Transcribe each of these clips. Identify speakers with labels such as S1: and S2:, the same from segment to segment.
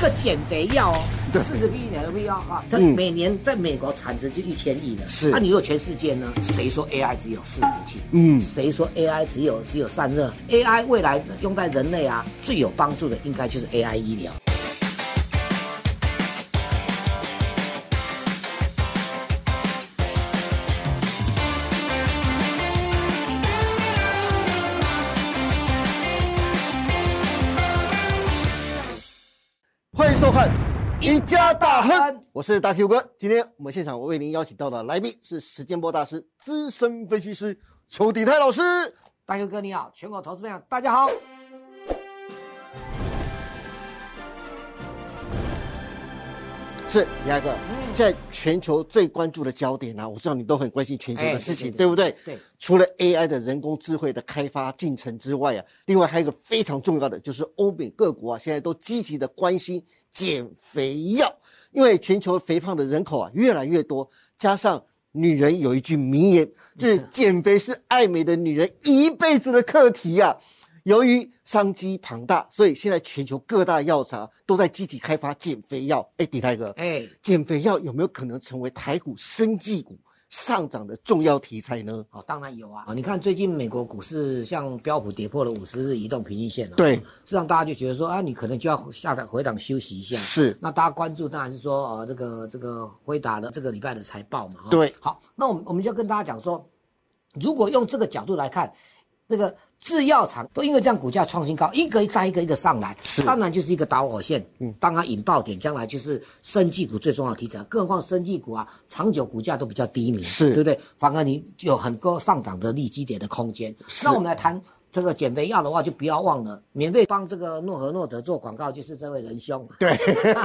S1: 个减肥药哦，
S2: 对
S1: 四十 B 减肥药啊，在
S2: 嗯
S1: 每年在美国产值就一千亿呢。
S2: 是
S1: 那你说全世界呢？谁说 AI 只有四五器？
S2: 嗯
S1: 谁说 AI 只有只有散热？AI 未来用在人类啊，最有帮助的应该就是 AI 医疗。
S2: 欢迎收看《赢家大亨
S1: 大》，
S2: 我是大 Q 哥。今天我们现场我为您邀请到的来宾是时间波大师、资深分析师邱鼎泰老师。
S1: 大佑哥你好，全国投资朋友大家好。
S2: 是李大哥，
S1: 嗯
S2: 现在全球最关注的焦点啊，我知道你都很关心全球
S1: 哎
S2: 的
S1: 对
S2: 事情，
S1: 对对
S2: 对不对？
S1: 对
S2: 除了 AI 的人工智慧的开发进程之外啊，另外还有一个非常重要的，就是欧美各国啊，现在都积极的关心减肥药，因为全球肥胖的人口啊越来越多，加上女人有一句名言，就是减肥是爱美的女人一辈子的课题呀、啊。由于商机庞大，所以现在全球各大药厂都在积极开发减肥药。哎，迪泰哥，
S1: 哎，
S2: 减肥药有没有可能成为台股生技股上涨的重要题材呢？
S1: 哦，当然有啊。哦你看最近美国股市像标普跌破了五十日移动平均线了、啊
S2: 对
S1: 事实上大家就觉得说啊，你可能就要下档回档休息一下。
S2: 是
S1: 那大家关注当然是说呃这个这个辉达的这个礼拜的财报嘛。哦
S2: 对
S1: 好，那我们我们就要跟大家讲说，如果用这个角度来看，那个制药厂都因为这样股价创新高，一个一个一个一个上来，当然就是一个导火线，嗯，当它引爆点，将来就是生技股最重要的题材。更何况生技股啊，长久股价都比较低迷，啊
S2: 是
S1: 对不对？反而你有很多上涨的利基点的空间。那我们来谈。这个减肥药的话，就不要忘了免费帮这个诺和诺德做广告，就是这位仁兄。
S2: 对，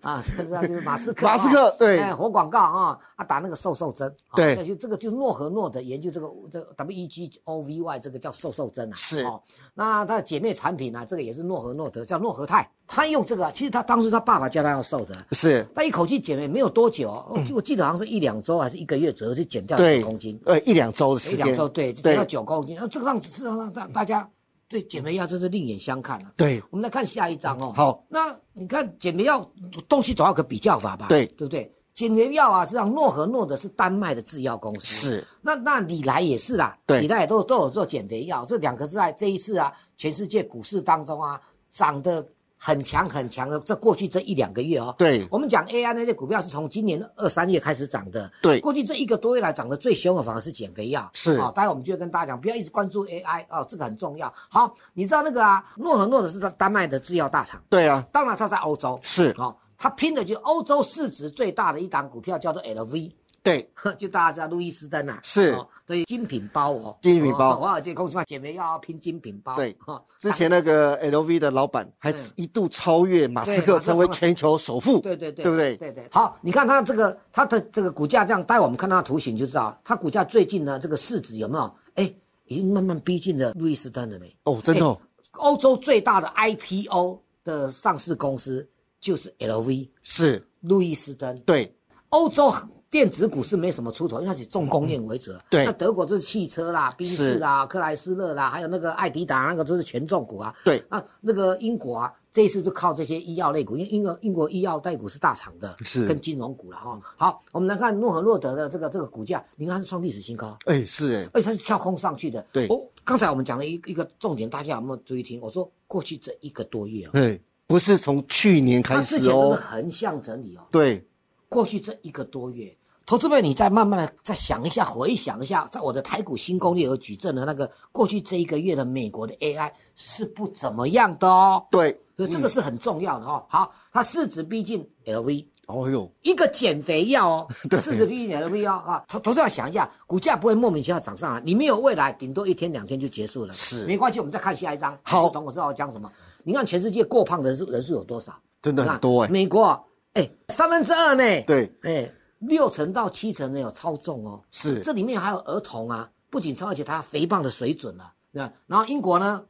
S1: 啊，这是啊就是马斯克，
S2: 马斯克
S1: 啊
S2: 对
S1: 哎，活广告啊，啊打那个瘦瘦针，啊
S2: 对
S1: 那就这个就是诺和诺的研究这个这个 W E G O V Y 这个叫瘦瘦针啊，
S2: 是
S1: 哦，那它的姐妹产品啊，这个也是诺和诺德，叫诺和泰，他用这个啊，其实他当初他爸爸叫他要瘦的，
S2: 是，
S1: 他一口气减了没有多久哦，
S2: 嗯
S1: 我记我记得好像是一两周还是一个月左右就减掉了
S2: 对
S1: 九公斤，，
S2: 呃，一两周的时
S1: 一
S2: 间，
S1: 两周对，减到
S2: 对，
S1: 九公斤，那这个让是让大大家对减肥药真是另眼相看啊。
S2: 对，
S1: 我们来看下一章哦。
S2: 好，
S1: 那你看减肥药东西总要有个比较法吧？
S2: 对
S1: 对不对？减肥药啊，实际上诺和诺德是丹麦的制药公司，
S2: 是
S1: 那那李来也是啦，
S2: 对
S1: 李来也都都有做减肥药，这两个是在这一次啊，全世界股市当中啊涨得很强很强的，这过去这一两个月哦，
S2: 对
S1: 我们讲 AI 那些股票是从今年二三月开始涨的，
S2: 对
S1: 过去这一个多月来涨得最凶的反而是减肥药，
S2: 是
S1: 哦，待会我们就会跟大家讲，不要一直关注 AI 哦，这个很重要。好，你知道那个啊，诺和诺德是丹丹麦的制药大厂，
S2: 对啊，
S1: 当然它在欧洲，
S2: 是，
S1: 哦，它拼的就是欧洲市值最大的一档股票叫做 LV，
S2: 对，
S1: 呵 就大家知道路易斯登啊，
S2: 是
S1: 哦，对，精品包哦，
S2: 精品包
S1: 哦华尔街空气化减肥药要拼精品包，
S2: 对
S1: 哦，
S2: 之前那个 LV 的老板还
S1: 嗯
S2: 一度超越马斯
S1: 对
S2: 克
S1: 马斯克
S2: 成为全球首富，
S1: 对对对，
S2: 对不对？
S1: 对对。好，你看它这个它的这个股价这样，待会我们看它的图形就知道，它股价最近呢这个市值有没有？哎，已经慢慢逼近了路易斯登了嘞。
S2: 哦，真的哦，
S1: 哎欧洲最大的 IPO 的上市公司就是 LV
S2: 是，
S1: 路易斯登。
S2: 对，
S1: 欧洲电子股是没什么出头，因为它是重工业为主。
S2: 对
S1: 那德国就是汽车啦、宾士啦、克莱斯勒啦，还有那个艾迪达那个都是权重股啊。
S2: 对
S1: 啊，那个英国啊，这一次就靠这些医药类股，因为英国英国医药类股是大厂的，
S2: 是
S1: 跟金融股了哈。好，我们来看诺和诺德的这个这个股价，你看它是创历史新高，
S2: 哎，是，哎，
S1: 而且它是跳空上去的。
S2: 对
S1: 哦，刚才我们讲了一一个重点，大家有没有注意听？我说过去这一个多月啊，
S2: 对，哎不是从去年
S1: 它
S2: 开
S1: 之
S2: 始
S1: 前都
S2: 哦
S1: 是，横向整理哦。
S2: 对，
S1: 过去这一个多月，投资朋友，你再慢慢的再想一下，回想一下，在我的台股新攻略有举证的那个过去这一个月的美国的 AI 是不怎么样的哦，
S2: 对，
S1: 所以这个是很重要的
S2: 嗯
S1: 哦。好，它市值逼近 LV，
S2: 哦呦，
S1: 一个减肥药哦
S2: 对，
S1: 市值逼近 LV 哦啊，投投资要想一下，股价不会莫名其妙涨上来，你没有未来，顶多一天两天就结束了，
S2: 是
S1: 没关系，我们再看下一章。
S2: 好
S1: 等我知道我讲什么。你看全世界过胖的人数人数有多少？
S2: 真的
S1: 你看
S2: 很多哎
S1: 美国哎三分之二呢，
S2: 对，
S1: 哎，六成到七成呢有超重哦，
S2: 是
S1: 这里面还有儿童啊，不仅超，而且它肥胖的水准啊，那然后英国呢，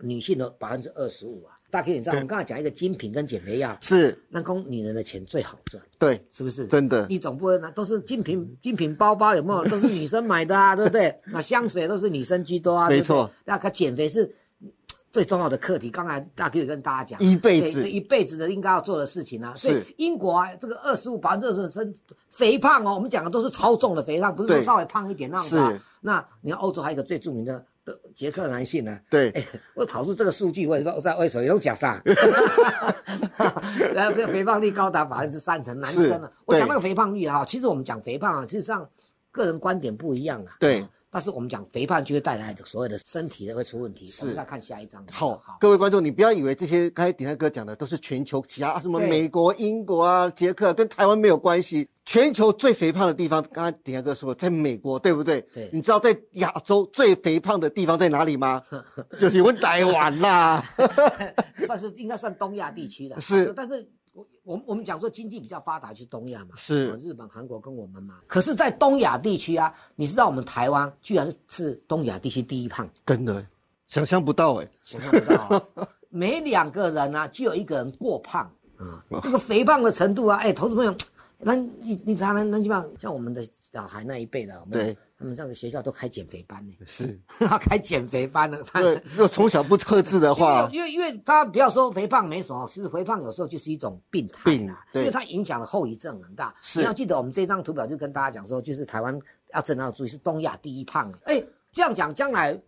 S1: 女性的百分之二十五啊，大家你知道，我们刚才讲一个精品跟减肥药，
S2: 是，
S1: 那供女人的钱最好赚，
S2: 对，
S1: 是不是？
S2: 真的
S1: 你总不会拿都是精品精品包包有没有？都是 女生买的啊，对不对？那香水都是女生居多啊，
S2: 没
S1: 对不对
S2: 错。
S1: 那个减肥是最重要的课题。刚才大 Q 也跟大家讲，
S2: 一辈
S1: 对
S2: 子
S1: 这一辈子的应该要做的事情啊。所以
S2: 是
S1: 英国啊，这个二十五百分之二十的身肥胖哦，我们讲的都是超重的肥胖，不是说
S2: 对
S1: 稍微胖一点那种的啊
S2: 是。
S1: 那你看欧洲还有一个最著名的的捷克男性呢，
S2: 对
S1: 哎，我跑出这个数据，我也不知道为什么用假上， 然后这个肥胖率高达百分之三成，男生啊
S2: 是，
S1: 我讲
S2: 对
S1: 那个肥胖率哈、其实我们讲肥胖啊，事实上个人观点不一样啊。
S2: 对
S1: 但是我们讲肥胖就会带来所有的身体的会出问题。
S2: 是
S1: 我们再看下一章。
S2: 好
S1: 好，，
S2: 各位观众，你不要以为这些刚才鼎泰哥讲的都是全球其他啊什么
S1: 对
S2: 美国、英国啊、捷克，跟台湾没有关系。全球最肥胖的地方，刚才鼎泰哥说在美国，对不对？
S1: 对
S2: 你知道在亚洲最肥胖的地方在哪 里吗？就是问台湾啦。
S1: 算是应该算东亚地区的。
S2: 是
S1: 但是我我们我们讲说经济比较发达去东亚嘛，
S2: 是
S1: 啊日本、韩国跟我们嘛。可是，在东亚地区啊，你知道我们台湾居然是东亚地区第一胖，
S2: 真的，想象不到哎、
S1: 想象不到、 啊，每两个人呢、啊、就有一个人过胖啊，
S2: 哦
S1: 这个肥胖的程度啊，哎，投资朋友，那你你常常那基本上像我们的小孩那一辈的，我们
S2: 对，
S1: 他们那个学校都开减肥班呢，
S2: 是，
S1: 开减肥班呢， 他
S2: 对，如果从小不克制 的话，
S1: 因为因为因为他不要说肥胖没什么，其实肥胖有时候就是一种病态
S2: 病
S1: 啊，
S2: 对
S1: 因为它影响的后遗症很大。
S2: 是
S1: 你要记得我们这张图表就跟大家讲说，就是台湾要真的要注意是东亚第一胖啊。哎，这样讲将来。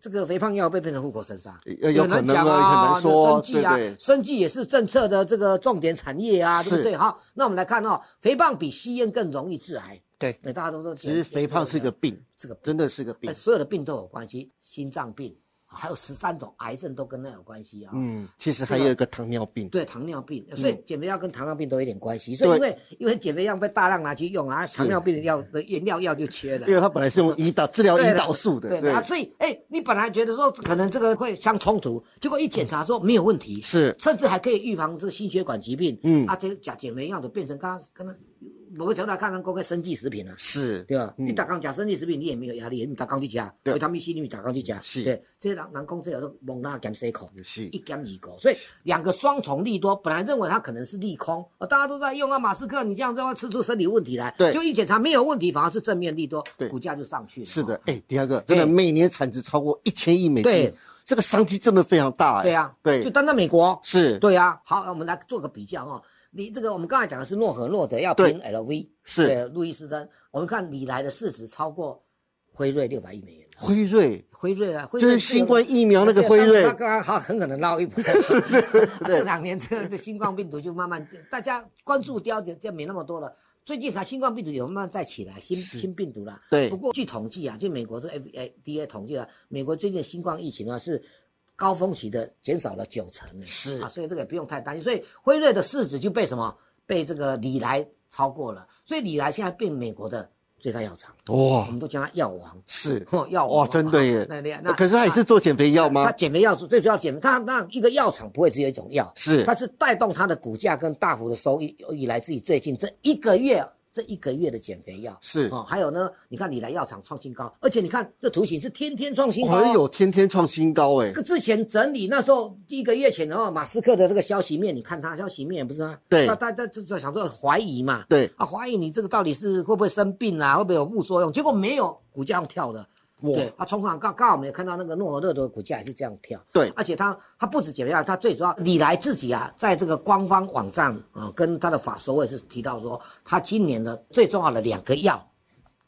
S1: 这个肥胖药会变成护国神山，
S2: 呃有
S1: 很难
S2: 可能
S1: 讲
S2: 啊
S1: 啊，
S2: 很难说
S1: 生计啊
S2: 对对，
S1: 生计也是政策的这个重点产业啊，对不
S2: 是
S1: 对？好，那我们来看哦，肥胖比吸烟更容易致癌，哎
S2: 对，
S1: 对，大家都说
S2: 其实肥胖是个病，
S1: 是个病
S2: 真的是个病
S1: 呃，所有的病都有关系，心脏病，还有十三种癌症都跟那有关系啊、
S2: 嗯，其实还有一个糖尿病，
S1: 对，糖尿病，所以减肥药跟糖尿病都有点关系。所以
S2: 嗯对
S1: 因为因为减肥药被大量拿去用啊，糖尿病的药的原料药就缺了
S2: 因。为它本来是用胰岛治疗
S1: 对
S2: 胰
S1: 的
S2: 岛素的，
S1: 对的啊，所以哎、你本来觉得说可能这个会相冲突，结果一检查说没有问题，
S2: 是
S1: 甚至还可以预防这个心血管疾病。嗯，啊，这个假减肥药的变成刚刚刚刚某个角度来看，能够跟生计食品啊。
S2: 是，
S1: 对吧？你打钢吃生理食品，你也没有压力，你打钢去吃，
S2: 嗯对
S1: 维他命 C 你打钢去吃，
S2: 是
S1: 对。这些人人讲这个都蒙那减四口，
S2: 是
S1: 一减二口，所以两个双重利多。本来认为它可能是利空，呃大家都在用啊，马斯克你这样子会吃出身体问题来，
S2: 对
S1: 就一检查没有问题，反而是正面利多，
S2: 对
S1: 股价就上去了。
S2: 是的
S1: 哦，，
S2: 哎，第二个真的
S1: 对
S2: 每年产值超过一千亿美金
S1: 对，
S2: 这个商机真的非常大哎。
S1: 对啊，就
S2: 对，
S1: 单单美国，
S2: 是
S1: 对啊。好，我们来做个比较哦。你这个我们刚才讲的是诺和诺德要
S2: 对
S1: 拼 LV，
S2: 是
S1: 对路易斯登，我们看李来的市值超过辉瑞六百亿美元。
S2: 辉瑞，
S1: 辉瑞啊，辉
S2: 就
S1: 瑞
S2: 是新冠疫苗那个辉瑞
S1: 他刚刚好很可能捞一 波。这两年这这新冠病毒就慢慢，大家关注焦点就没那么多了。最近它新冠病毒有慢慢再起来，新
S2: 是
S1: 新病毒啦。
S2: 对
S1: 不过据统计啊，就美国这 FDA 统计啊，美国最近新冠疫情啊是。高峰期的减少了九成，
S2: 是
S1: 啊，所以这个也不用太担心。所以辉瑞的市值就被什么被这个李来超过了，所以李来现在变美国的最大药厂，我
S2: 哇，
S1: 们都叫它药王。
S2: 是
S1: 哦药王
S2: 哇，真的耶
S1: 那那那。
S2: 可是他也是做减肥药吗
S1: 它？减肥药是最主要减肥，它那一个药厂不会只有一种药，
S2: 是
S1: 它是带动它的股价跟大幅的收益，以来自于最近这一个月这一个月的减肥药
S2: 是
S1: 哦，还有呢，你看你来药厂创新高，而且你看这图形是天天创新高、哦
S2: 哎呦，天天创新高哎
S1: 这。个之前整理那时候第一个月前，然哦后马斯克的这个消息面，你看他消息面也不是啊，
S2: 对
S1: 那大家就想说怀疑嘛，
S2: 对
S1: 啊，怀疑你这个到底是会不会生病啊，会不会有副作用？结果没有，股价用跳的。
S2: 哇
S1: 对，啊，冲上刚刚好我们也看到那个诺和乐德的股价也是这样跳。
S2: 对
S1: 而且它它不止减肥药，它最主要李来自己啊，在这个官方网站啊、跟他的法说也是提到说，他今年的最重要的两个药，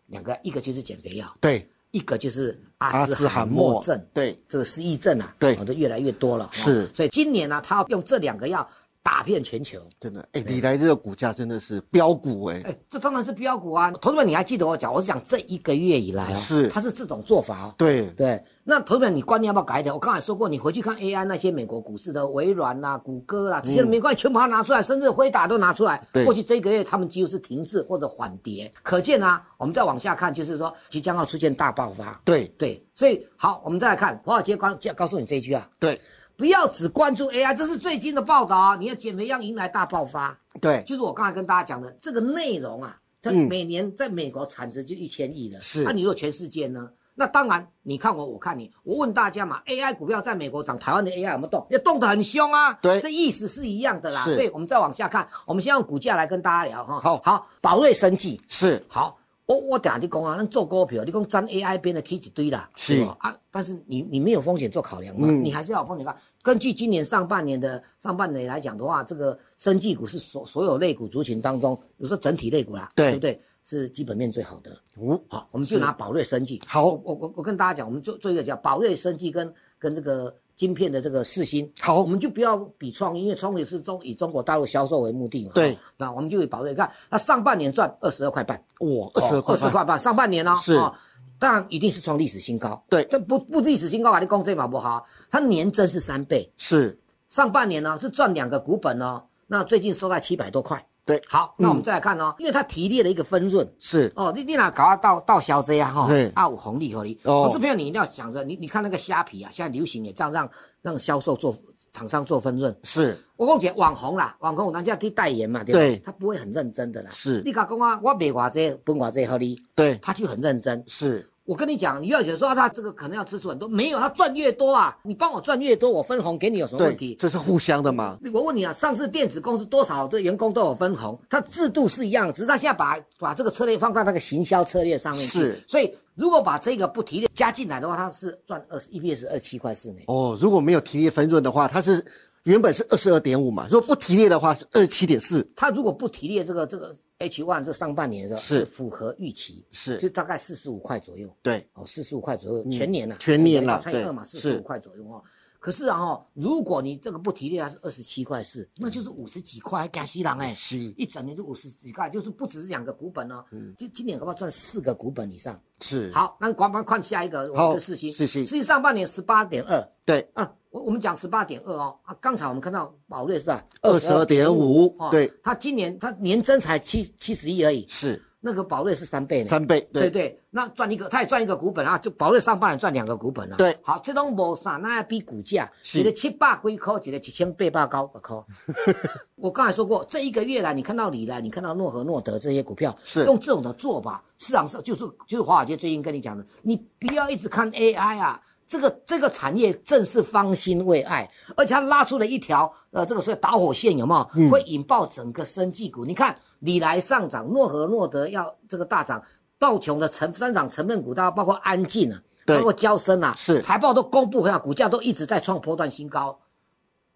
S1: 两个一个就是减肥药，
S2: 对，
S1: 一个就是
S2: 阿
S1: 阿
S2: 兹
S1: 兹
S2: 海
S1: 海
S2: 默
S1: 默症，
S2: 对
S1: 这个失忆症啊，
S2: 对
S1: 哦这越来越多了。哦
S2: 是
S1: 所以今年呢、他要用这两个药打遍全球。
S2: 真的哎，李来这个股价真的是标股哎，
S1: 哎，这当然是标股啊！投资们，你还记得我讲，我是讲这一个月以来哦，
S2: 是
S1: 它是这种做法哦。
S2: 对
S1: 对，那投资们，你观念要不要改一点？我刚才说过，你回去看 AI 那些美国股市的微软啦、谷歌啊啦、这些没关系，全把它拿出来，甚至辉达都拿出来。
S2: 嗯对
S1: 过去这一个月他们几乎是停滞或者缓跌，可见啊，我们再往下看，就是说即将要出现大爆发。
S2: 对
S1: 对，所以好，我们再来看华尔街告告诉你这一句啊，
S2: 对
S1: 不要只关注 AI，这是最近的报道啊，你要减肥要迎来大爆发。
S2: 对，嗯
S1: 就是我刚才跟大家讲的这个内容啊，在每年在美国产值就一千亿了。
S2: 是
S1: 那、你说全世界呢？那当然，你看我，我看你，我问大家嘛，AI 股票在美国涨，台湾的 AI 有没有动？也动得很凶啊。
S2: 对
S1: 这意思是一样的啦。
S2: 是
S1: 所以我们再往下看，我们先用股价来跟大家聊哈。
S2: 好
S1: 好，宝瑞生技，
S2: 是
S1: 好，我我等下你讲啊，咱做股票，你讲沾 AI 边的起一堆啦，
S2: 是嗯
S1: 对吧啊，但是你你没有风险做考量嘛，你还是要有风险考。根据今年上半年的上半年来讲的话，这个生技股是所所有类股族群当中，比如说整体类股啦，
S2: 对
S1: 不对？是基本面最好的。
S2: 哦，
S1: 好，我们就拿宝瑞生技。
S2: 好
S1: 我我我我跟大家讲，我们做做一个叫宝瑞生技跟跟这个晶片的这个四星。
S2: 好
S1: 我们就不要比创意，因为创意是中以中国大陆销售为目的嘛。
S2: 对
S1: 哦，那我们就以宝瑞看，那上半年赚二十二块半，
S2: 哇，二十二块
S1: 哦二十
S2: 半，
S1: 块半，上半年哦，
S2: 是
S1: 哦当然一定是创历史新高。
S2: 对
S1: 这不不历史新高啊，你公司嘛不好，它年增是三倍，
S2: 是
S1: 上半年呢、哦是赚两个股本哦，那最近收在七百多块。
S2: 对
S1: 好，那我们
S2: 嗯
S1: 再来看哦，因为它提炼了一个分润。
S2: 是
S1: 哦，你你哪搞到到到小这啊哈
S2: 对，
S1: 啊有红利合理。
S2: 哦
S1: 哦，这朋友你一定要想着，你你看那个虾皮啊，现在流行也这样让让销售做厂商做分润。
S2: 是
S1: 我讲姐网红啦，网红有当家去代言嘛，对吧？
S2: 对
S1: 他不会很认真的啦。
S2: 是
S1: 你敢讲啊，我卖偌这分偌这合理，
S2: 对
S1: 他就很认真。
S2: 是
S1: 我跟你讲，你要想说啊他这个可能要支出很多，没有，他赚越多啊，你帮我赚越多，我分红给你有什么问
S2: 对，
S1: 题？
S2: 这是互相的嘛，
S1: 我问你啊，上市电子公司多少这员工都有分红，它制度是一样，只是它现在把把这个策略放到那个行销策略上面去。
S2: 是
S1: 所以如果把这个不提炼加进来的话，它是赚二十 EPS 二七块四呢。
S2: 哦，如果没有提列分润的话，它是原本是二十二点五嘛，如果不提列的话是二十七点四，
S1: 它如果不提炼这个这个 H one 这上半年的时候
S2: 是
S1: 符合预期，
S2: 是
S1: 就大概四十五块左右。
S2: 对，
S1: 哦，四十五块左右，全年呐、
S2: 嗯全年啦
S1: 乘以二嘛，四
S2: 对
S1: 十
S2: 是
S1: 五块左右哦。可是啊、哦，如果你这个不提炼，它是二十七块四，那就是五十几块，还加西郎哎，
S2: 嗯是嗯
S1: 一整年就五十几块，就是不止两个股本哦，就今年恐怕赚四个股本以上。
S2: 是，
S1: 好，那我们看下一个，我
S2: 好
S1: 们的四星，
S2: 四星
S1: 四星上半年十八点二
S2: 对，
S1: 啊，我我们讲十八点二哦啊，刚才我们看到宝瑞是吧，
S2: 22.5
S1: 哦
S2: 对，
S1: 它今年它年增才七七十一而已，
S2: 是
S1: 那个宝瑞是三倍呢，
S2: 三倍，
S1: 对对，那赚一个，他也赚一个股本啊，就保瑞上半年赚两个股本啊。
S2: 对
S1: 好，这种无啥，那要比股价，
S2: 是
S1: 一个七百几块，一个一千八百九十块。 我刚才说过，这一个月来，你看到李来，你看到诺和诺德这些股票，
S2: 是
S1: 用这种的做法，市场上就是就是华尔街最近跟你讲的，你不要一直看 AI 啊。这个这个产业正是方兴未艾，而且它拉出了一条呃，这个所谓导火线有没有？
S2: 嗯
S1: 会引爆整个生技股。你看，李来上涨，诺和诺德要这个大涨，道琼的成三涨成分股，大家包括安进啊，
S2: 对
S1: 包括交生啊，
S2: 是
S1: 财报都公布回来，股价都一直在创波段新高，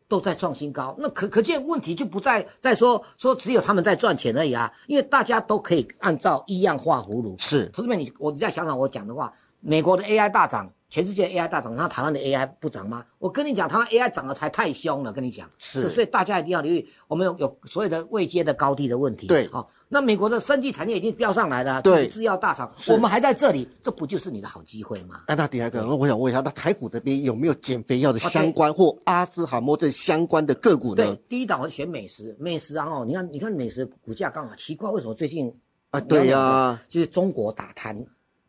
S1: 都在创新高。那可可见问题就不在在说说只有他们在赚钱而已啊，因为大家都可以按照一样画葫芦。
S2: 是
S1: 同志们，你我再想想我讲的话，美国的 AI 大涨，全世界 AI 大涨，那台湾的 AI 不涨吗？我跟你讲，台湾 AI 涨得才太凶了，跟你讲。
S2: 是
S1: 这所以大家一定要留意，我们有有所有的未接的高低的问题。
S2: 对
S1: 好、那美国的生技产业已经飙上来了，
S2: 对
S1: 就是制药大厂，
S2: 是
S1: 我们还在这里，这不就是你的好机会吗？
S2: 安娜迪莱克，那我想问一下，那台股那边有没有减肥药的相关或阿兹海默症相关的个股呢
S1: 哦对？，第一档我选美食，美食啊哦，你看你看美食股价刚好，奇怪为什么最近
S2: 啊对呀
S1: 就是中国打贪。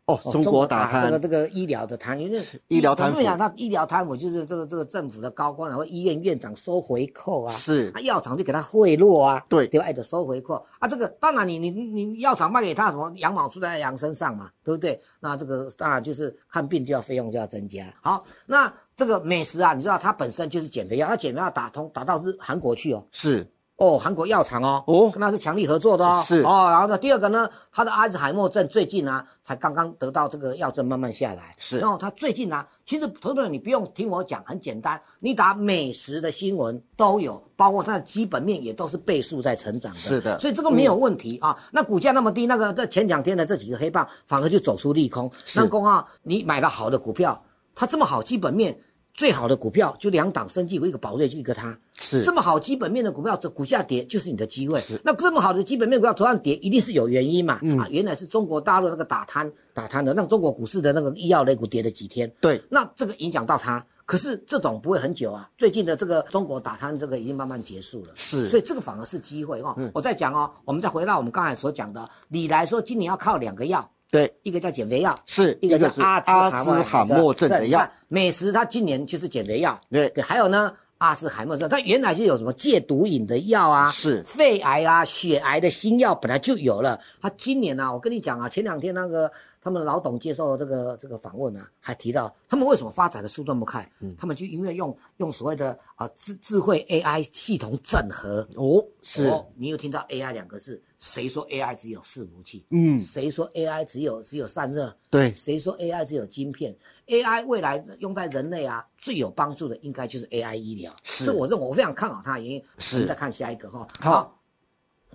S2: 哦，
S1: 哦
S2: 中国打
S1: 这个
S2: 贪
S1: 这个医疗的贪，因为
S2: 医疗贪腐
S1: 我讲那医疗贪腐就是这个这个政府的高官然后医院院长收回扣啊，
S2: 是
S1: 啊药厂就给他贿赂啊，
S2: 对
S1: 对吧？哎，得收回扣啊，这个当然你你你你药厂卖给他什么羊毛出在羊身上嘛，对不对？那这个当然就是看病就要费用就要增加。好，那这个美食啊，你知道它本身就是减肥药，它减肥药打通打到是韩国去哦，
S2: 是
S1: 哦，韩国药厂哦，
S2: 哦
S1: 跟他是强力合作的哦，
S2: 是
S1: 哦。然后呢，第二个呢，他的阿兹海默症最近啊，才刚刚得到这个药证慢慢下来，
S2: 是
S1: 然后他最近啊，其实投资者你不用听我讲，很简单，你打美食的新闻都有，包括它的基本面也都是倍数在成长的，
S2: 是的
S1: 所以这个没有问题啊。那股价那么低，那个这前两天的这几个黑棒反而就走出利空，那公啊，你买了好的股票，它这么好基本面。最好的股票就两档生技股，一个宝瑞，就一个它。
S2: 是
S1: 这么好基本面的股票，这股价跌就是你的机会。那这么好的基本面股票同样跌，一定是有原因嘛？
S2: 嗯
S1: 啊，原来是中国大陆那个打贪打贪的，让中国股市的那个医药类股跌了几天。
S2: 对
S1: 那这个影响到它。可是这种不会很久啊，最近的这个中国打贪这个已经慢慢结束了，
S2: 是嗯
S1: 所以这个反而是机会哦。我再讲哦，我们再回到我们刚才所讲的，理来说今年要靠两个药，
S2: 对
S1: 一个叫减肥药，
S2: 是
S1: 一个叫
S2: 一个是
S1: 阿
S2: 阿兹海默症的药。
S1: 你看美食它今年就是减肥药，
S2: 对
S1: 还有呢。阿兹海默症，它原来是有什么戒毒瘾的药啊，
S2: 是
S1: 肺癌啊、血癌的新药本来就有了。它今年啊，我跟你讲啊，前两天那个他们老董接受这个这个访问啊，还提到他们为什么发展的速度那么快，
S2: 嗯
S1: 他们就因为用用所谓的啊、呃智智慧 AI 系统整合。
S2: 哦，是
S1: 哦，你有听到 AI 两个字？谁说 AI 只有伺服器？
S2: 嗯
S1: 谁说 AI 只有只有散热？
S2: 对
S1: 谁说 AI 只有晶片？AI 未来用在人类啊最有帮助的应该就是 AI 医疗，
S2: 是
S1: 是我认为我非常看好它的原因。
S2: 是
S1: 我们再看下一个哈，
S2: 好，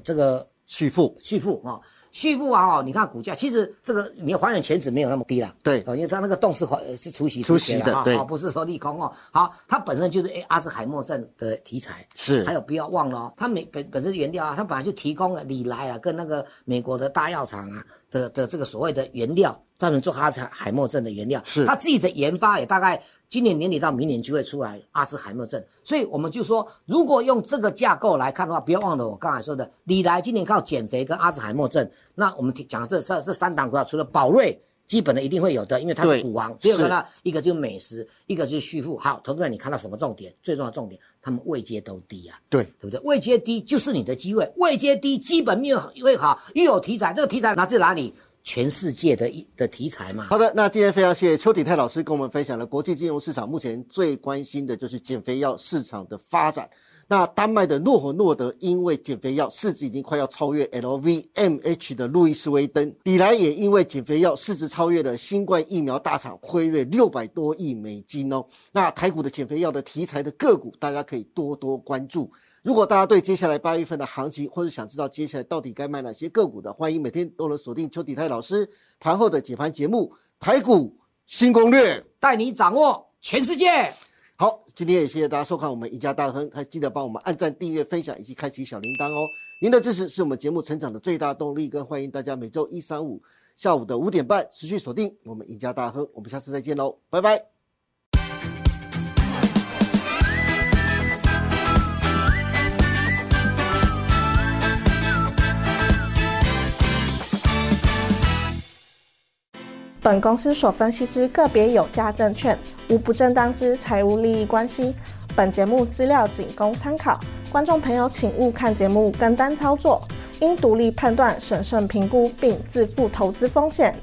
S1: 这个
S2: 续付，
S1: 旭富啊，旭富啊，哦你看股价其实这个你还原全值没有那么低啦，
S2: 对
S1: 哦因为它那个动是还呃是除息
S2: 除息
S1: 息
S2: 的对
S1: 哦，不是说利空哦。好，它本身就是哎阿兹海默症的题材，
S2: 是
S1: 还有不要忘了哦，它美本本身原料啊，它本来就提供了李来啊跟那个美国的大药厂啊的的这个所谓的原料，专门做阿兹海默症的原料，
S2: 是
S1: 它自己的研发也大概今年年底到明年就会出来阿兹海默症，所以我们就说，如果用这个架构来看的话，不要忘了我刚才说的，李来今年靠减肥跟阿兹海默症，那我们提讲这这这三档股票，除了宝瑞。基本的一定会有的，因为它
S2: 对
S1: 是股王。第二个
S2: 是
S1: 呢，一个就是美食，一个就是续付。好，投资者你看到什么重点？最重要的重点，他们位阶都低啊。
S2: 对，
S1: 对不对？位阶低就是你的机会，位阶低基本面越好，越有题材。这个题材来自哪里？全世界的一的题材嘛。
S2: 好的，那今天非常谢谢邱鼎泰老师跟我们分享了国际金融市场目前最关心的就是减肥药市场的发展。那丹麦的诺和诺德因为减肥药市值已经快要超越 LVMH 的路易斯威登，李来也因为减肥药市值超越了新冠疫苗大厂辉瑞六百多亿美金哦。那台股的减肥药的题材的个股，大家可以多多关注。如果大家对接下来八月份的行情，或者想知道接下来到底该买哪些个股的，欢迎每天都能锁定邱鼎泰老师盘后的解盘节目《台股新攻略》。
S1: 带你掌握全世界。
S2: 好，今天也谢谢大家收看我们赢家大亨，还记得帮我们按赞、订阅、分享以及开启小铃铛哦。您的支持是我们节目成长的最大动力，更欢迎大家每周一、三、五下午的五点半持续锁定我们赢家大亨。我们下次再见喽，拜拜。
S3: 本公司所分析之个别有价证券，无不正当之财务利益关系。本节目资料仅供参考，观众朋友请勿看节目跟单操作，应独立判断、审慎评估并自负投资风险。